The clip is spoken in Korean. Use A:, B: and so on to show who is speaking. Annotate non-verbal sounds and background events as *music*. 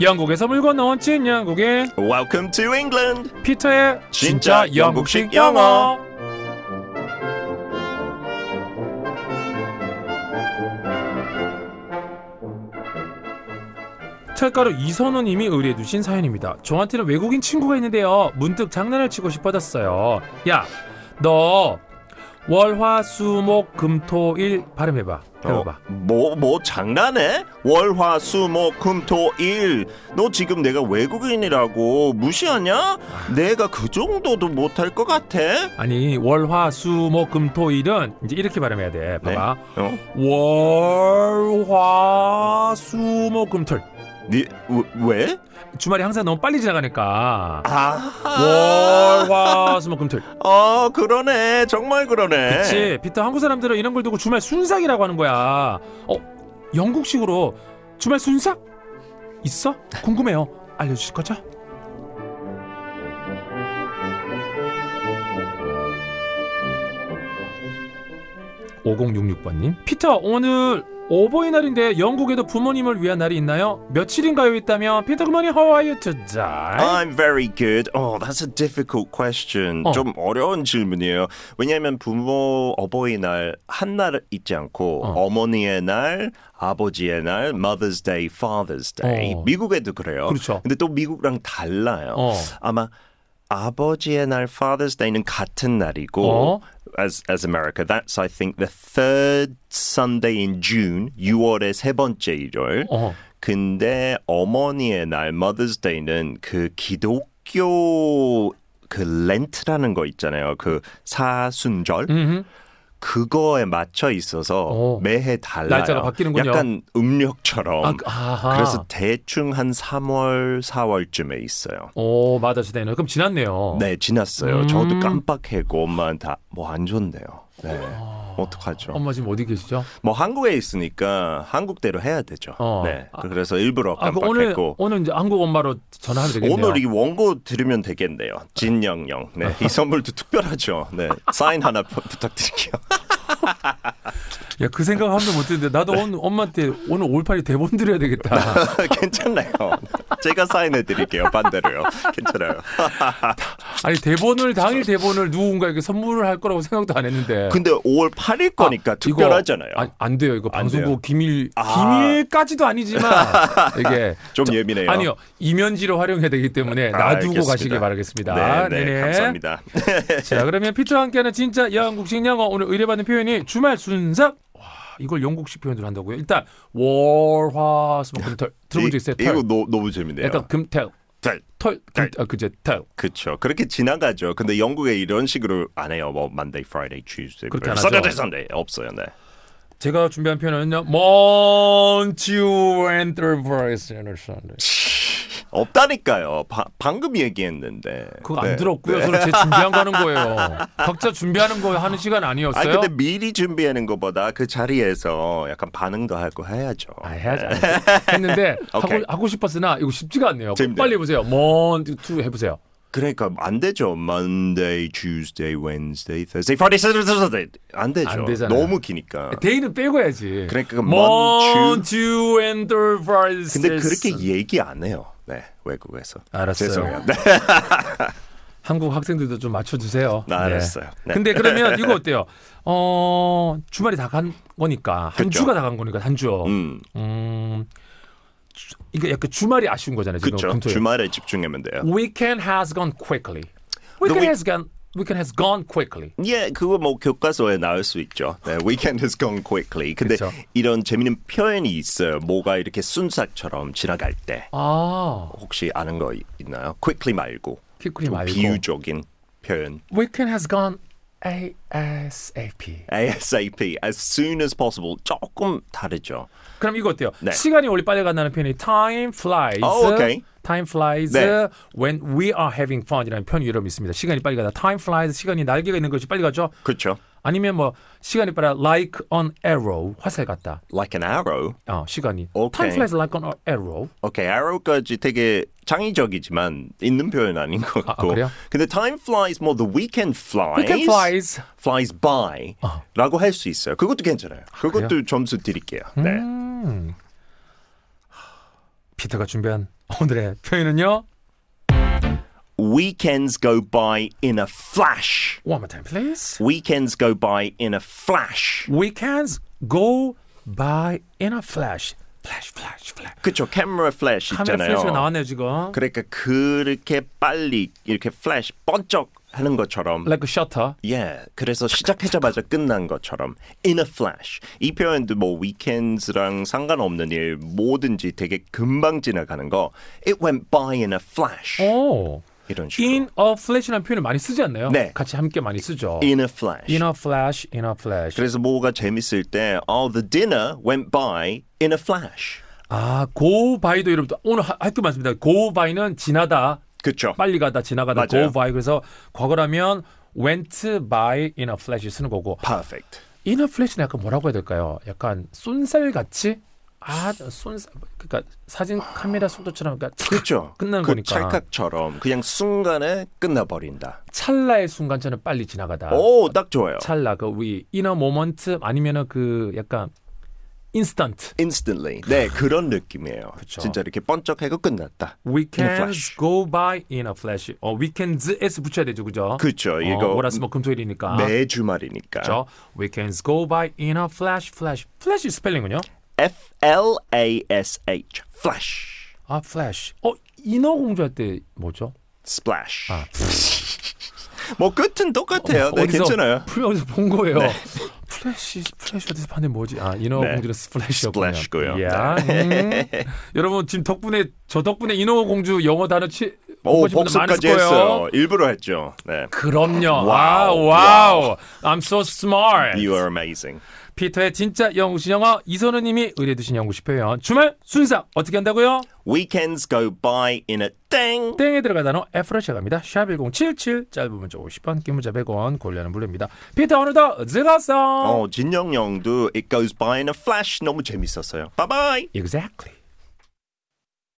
A: 영국에서 물건 넣은 찐 영국인
B: Welcome to England.
A: 피터의
B: 진짜 영국식 영어.
A: 철가루 이선우님이 의뢰해주신 사연입니다. 저한테는 외국인 친구가 있는데요. 문득 장난을 치고 싶어졌어요. 야, 너 월화수목금토일 발음해봐. 해봐.
B: 뭐, 뭐 장난해? 월, 화, 수, 목, 금, 토, 일. 너 지금 내가 외국인이라고 무시하냐? 내가 그 정도도 못할 것 같아.
A: 아니 월화수목금토일은 이제 이렇게 발음해야 돼. 봐봐.
B: 어?
A: 월화수목금토일
B: 니, 왜?
A: 주말이 항상 너무 빨리 지나가니까
B: 아,
A: 월화수목금토일
B: 어, 그러네. 정말 그러네.
A: 그치 피터 한국 사람들은 이런 걸 두고 주말 순삭이라고 하는 거야 어 영국식으로 주말 순삭 있어 궁금해요 알려주실 거죠 (5066번님) 피터 오늘 어버이날인데 영국에도 부모님을 위한 날이 있나요 며칠인가요 있다면 피터 그머니 how are you today
B: I'm very good. Oh, that's a difficult question.
A: 어.
B: 좀 어려운 질문이에요. 왜냐하면 부모 어버이날 한 날 있지 않고
A: 어.
B: 어. 머니의 날, 아버지의 날, Mother's Day, Father's Day.
A: 어.
B: 미국에도 그래요.
A: 그렇죠.
B: 근데 또 미국랑 달라요.
A: 어.
B: 아마 아버지의 날, Father's Day는 같은 날이고
A: 어.
B: as as America, that's I think the third Sunday in June. 6월의 세 번째 일요일.
A: 어.
B: 근데 어머니의 날 Mother's Day는 그 기독교 그 렌트라는 거 있잖아요. 그 사순절
A: 음흠.
B: 그거에 맞춰 있어서
A: 오.
B: 매해 달라요.
A: 날짜가 바뀌는군요.
B: 약간 음력처럼.
A: 아, 그- 아하.
B: 그래서 대충 한 3월, 4월쯤에 있어요.
A: 오 맞아 시대는 그럼 지났네요
B: 네, 지났어요.
A: 음.
B: 저도 깜빡해고 엄마한테 뭐 안 좋네요. 네. 어떡하죠?
A: 엄마 지금 어디 계시죠?
B: 뭐 한국에 있으니까 한국대로 해야 되죠.
A: 어.
B: 네.
A: 아,
B: 그래서 일부러
A: 아, 그 오늘
B: 깜빡했고
A: 오늘 이제 한국 엄마로 전화하면 되겠네요.
B: 오늘 이 원고 들으면 되겠네요. 진영영. 네.
A: *laughs*
B: 이 선물도 특별하죠. 네. 사인 하나 부- 부탁드릴게요. *laughs*
A: 야, 그 생각 한 번도 못했는데 나도
B: 네.
A: 오늘 엄마한테 오늘 올팔이 대본 드려야 되겠다.
B: 괜찮나요? 네, 제가 사인해 드릴게요. 반대로요. 괜찮아요.
A: 아니 대본을 당일 대본을 누군가에게 선물을 할 거라고 생각도 안 했는데.
B: 근데 5월
A: 이거-
B: 8일 거니까 그 그러니까 특별하잖아요.
A: 아, 안 돼요. 이거
B: 안 돼요.
A: 방송국 기밀
B: 아.
A: 기밀까지도 아니지만
B: *laughs*
A: 이게
B: 좀
A: 저-
B: 예민해요.
A: 아니요 이면지로 활용해야 되기 때문에 놔두고
B: 알겠습니다.
A: 가시길 바라겠습니다.
B: 네, 네. 감사합니다. 네.
A: 자 그러면 피터와 함께하는 진짜 영국식 영어 오늘 의뢰받은 표현이 주말 순삭 와 이걸 영국식 표현으로 한다고요 일단 월화수목금털 들어본 적 있어요
B: 이-
A: 털
B: 이거 너, 너무 재밌네요.
A: 약간 금털
B: 털. 털.
A: 털아 그제 털
B: 그렇죠. 그렇게 지나가죠. 근데 영국에 이런 식으로 안 해요. 뭐 Monday, Friday, Tuesday, 뭐,
A: 그렇게 안 하죠.
B: Saturday, Sunday 없어요. 네.
A: 제가 준비한 표현은요 먼주 엔터프라이즈 엔터선데
B: 없다니까요. 바- 방금 얘기했는데.
A: 그거
B: 네.
A: 안 들었고요 저는 제 준비한 거 하는
B: *laughs*
A: 거예요 각자 준비하는 거 하는 시간
B: 아
A: 아니었어요
B: 근데 미리 준비하는 것보다 그 자리에서 약간 반응도 하고 해야죠.
A: 아,
B: *laughs*
A: 해야지 알겠어요. 했는데 하고,
B: 오케이.
A: 하고 싶었으나 이거 쉽지가 않네요
B: 재밌네요.
A: 빨리 해보세요 먼주 해보세요
B: 그러니까 안 되죠. Monday, Tuesday, Wednesday, Thursday, Friday, Saturday, Sunday 안 되죠.
A: 안 되잖아요.
B: 너무 기니까.
A: 데이는 빼고 해야지.
B: 그러니까 먼,
A: 먼주 엔터프라이즈.
B: 근데 그렇게 얘기 안 해요. 네 외국에서.
A: 알았어요.
B: 죄송해요. 네,
A: 한국 학생들도 좀 맞춰주세요.
B: 나 알았어요. 네.
A: 근데 그러면
B: *laughs*
A: 이거 어때요? 어 주말이 다 간 거니까 한
B: 그쵸.
A: 주가 다 간 거니까 한 주. 음.
B: 그렇죠. 음
A: 주- 이거 약간 주말이 아쉬운 거잖아요. 지금
B: 그렇죠.
A: 금토일.
B: 주말에 집중하면 돼요.
A: Weekend has gone quickly. Weekend
B: week-
A: has gone. Weekend has gone quickly.
B: 예, 그거 뭐 교과서에 나올 수 있죠. 네, weekend has gone quickly. 근데
A: 그쵸.
B: 이런 재밌는 표현이 있어요. 뭐가 이렇게 순삭처럼 지나갈 때
A: 아,
B: 혹시 아는 거 이- 있나요? quickly 말고
A: quickly 말고.
B: 비유적인 표현
A: Weekend has gone ASAP.
B: ASAP, as soon as possible. 조금 다르죠.
A: 그럼 이거 어때요?
B: 네.
A: 시간이 원래 빨리 간다는 표현이 time flies.
B: 어, 오케이.
A: time flies
B: 네.
A: when we are having fun이라는 표현이 여러 있습니다. 시간이 빨리 가다. time flies 시간이 날개가 있는 것이 빨리 가죠.
B: 그렇죠.
A: 아니면 뭐 시간이 빨라 like an arrow 화살 같다.
B: Like an arrow.
A: 어, 시간이
B: 오케이.
A: time flies like an arrow.
B: 오케이, arrow까지 되게 창의적이지만 있는 표현 아닌 것
A: 아,
B: 같고.
A: 그래요?
B: 근데 time flies, 뭐 the weekend flies,
A: Weekend flies. 어.
B: flies by라고 할 수 있어요. 그것도 괜찮아요. 그것도 점수 드릴게요. 네.
A: 음. 피터가 준비한 오늘의 표현은요.
B: Weekends go by in a flash.
A: One more time, please.
B: Weekends go by in a flash.
A: Weekends go by in a flash. Flash, flash, flash.
B: 그쵸, camera flash
A: 카메라
B: 있잖아요.
A: 플래시가 나왔네요 지금.
B: 그러니까 그렇게 빨리 이렇게 flash 번쩍 하는 것처럼
A: Like a shutter.
B: 예, 그래서 시작하자마자 끝난 것처럼 in a flash 이 표현도 뭐 weekends랑 상관없는 일 뭐든지 되게 금방 지나가는 거 it went by in a flash
A: 오.
B: 이런 식으로
A: In a flash라는 표현을 많이 쓰지 않나요?
B: 네.
A: 같이 함께 많이 쓰죠.
B: in a flash
A: In a flash, in a flash.
B: 그래서 뭐가 재밌을 때 oh the dinner went by in a flash
A: 아, go by도 여러분 오늘 하- 학교 많습니다. go by는 지나다,
B: 그쵸
A: 빨리 가다, 지나가다,
B: 맞아요.
A: go by. 그래서 과거라면 went by in a flash 쓰는 거고
B: perfect
A: in a flash는 약간 뭐라고 해야 될까요? 약간 쏜살 같이 아, 쏜살 그러니까 사진 카메라 속도처럼 그러니까
B: 그쵸
A: 끝나는
B: 그
A: 거니까.
B: 찰칵처럼 그냥 순간에 끝나버린다
A: 찰나의 순간처럼 빨리 지나가다.
B: 오 딱 좋아요
A: 찰나 그 위, in a moment 아니면은 그 약간 instant.
B: instantly 네 그런 느낌이에요 진짜 이렇게 번쩍하고 끝났다
A: Weekends
B: flash.
A: go by in a flash. 어, weekends s 붙여야 되죠, 그죠?
B: 그쵸 이거 네.
A: 어, 월화수목금토일이니까.
B: 매 주말이니까.
A: 그렇죠. Weekends go by in a flash, flash. Flash 스펠링은요?
B: F L A S H flash
A: 아, flash. 어, 인어공주할 때 뭐죠?
B: splash. *laughs* 뭐 끝은 똑같아요. 네,
A: 아. 어디서-
B: 괜찮아요. 네.
A: 분명 어디서 본 거예요. 플래시, 플래시 어디서 봤는데 뭐지? 아, 인어공주는 스플래시였군요.
B: 스플래시고요.
A: 이야,
B: *laughs*
A: 음. 여러분 지금 덕분에 저 덕분에 인어공주 영어 단어 치
B: 오
A: 공부하신 분들
B: 복습까지
A: 많을 거예요.
B: 했어요. 일부러 했죠. 네.
A: 그럼요. 아, 와우,
B: 와우,
A: 와우. I'm so smart.
B: You are amazing.
A: 피터의 진짜 영국식 영어 이선우님이 의뢰해주신 영국식 표현. 주말 순삭 어떻게 한다고요?
B: Weekends go by in a dang.
A: 땡에 들어가 단어 F로 시작합니다. 샵1077 짧은 문자 50원 긴 문자 100원 골려는 무료입니다. 피터 오늘도 즐거웠어.
B: 어 진영 형도 it goes by in a flash 너무 재밌었어요. Bye bye.
A: Exactly.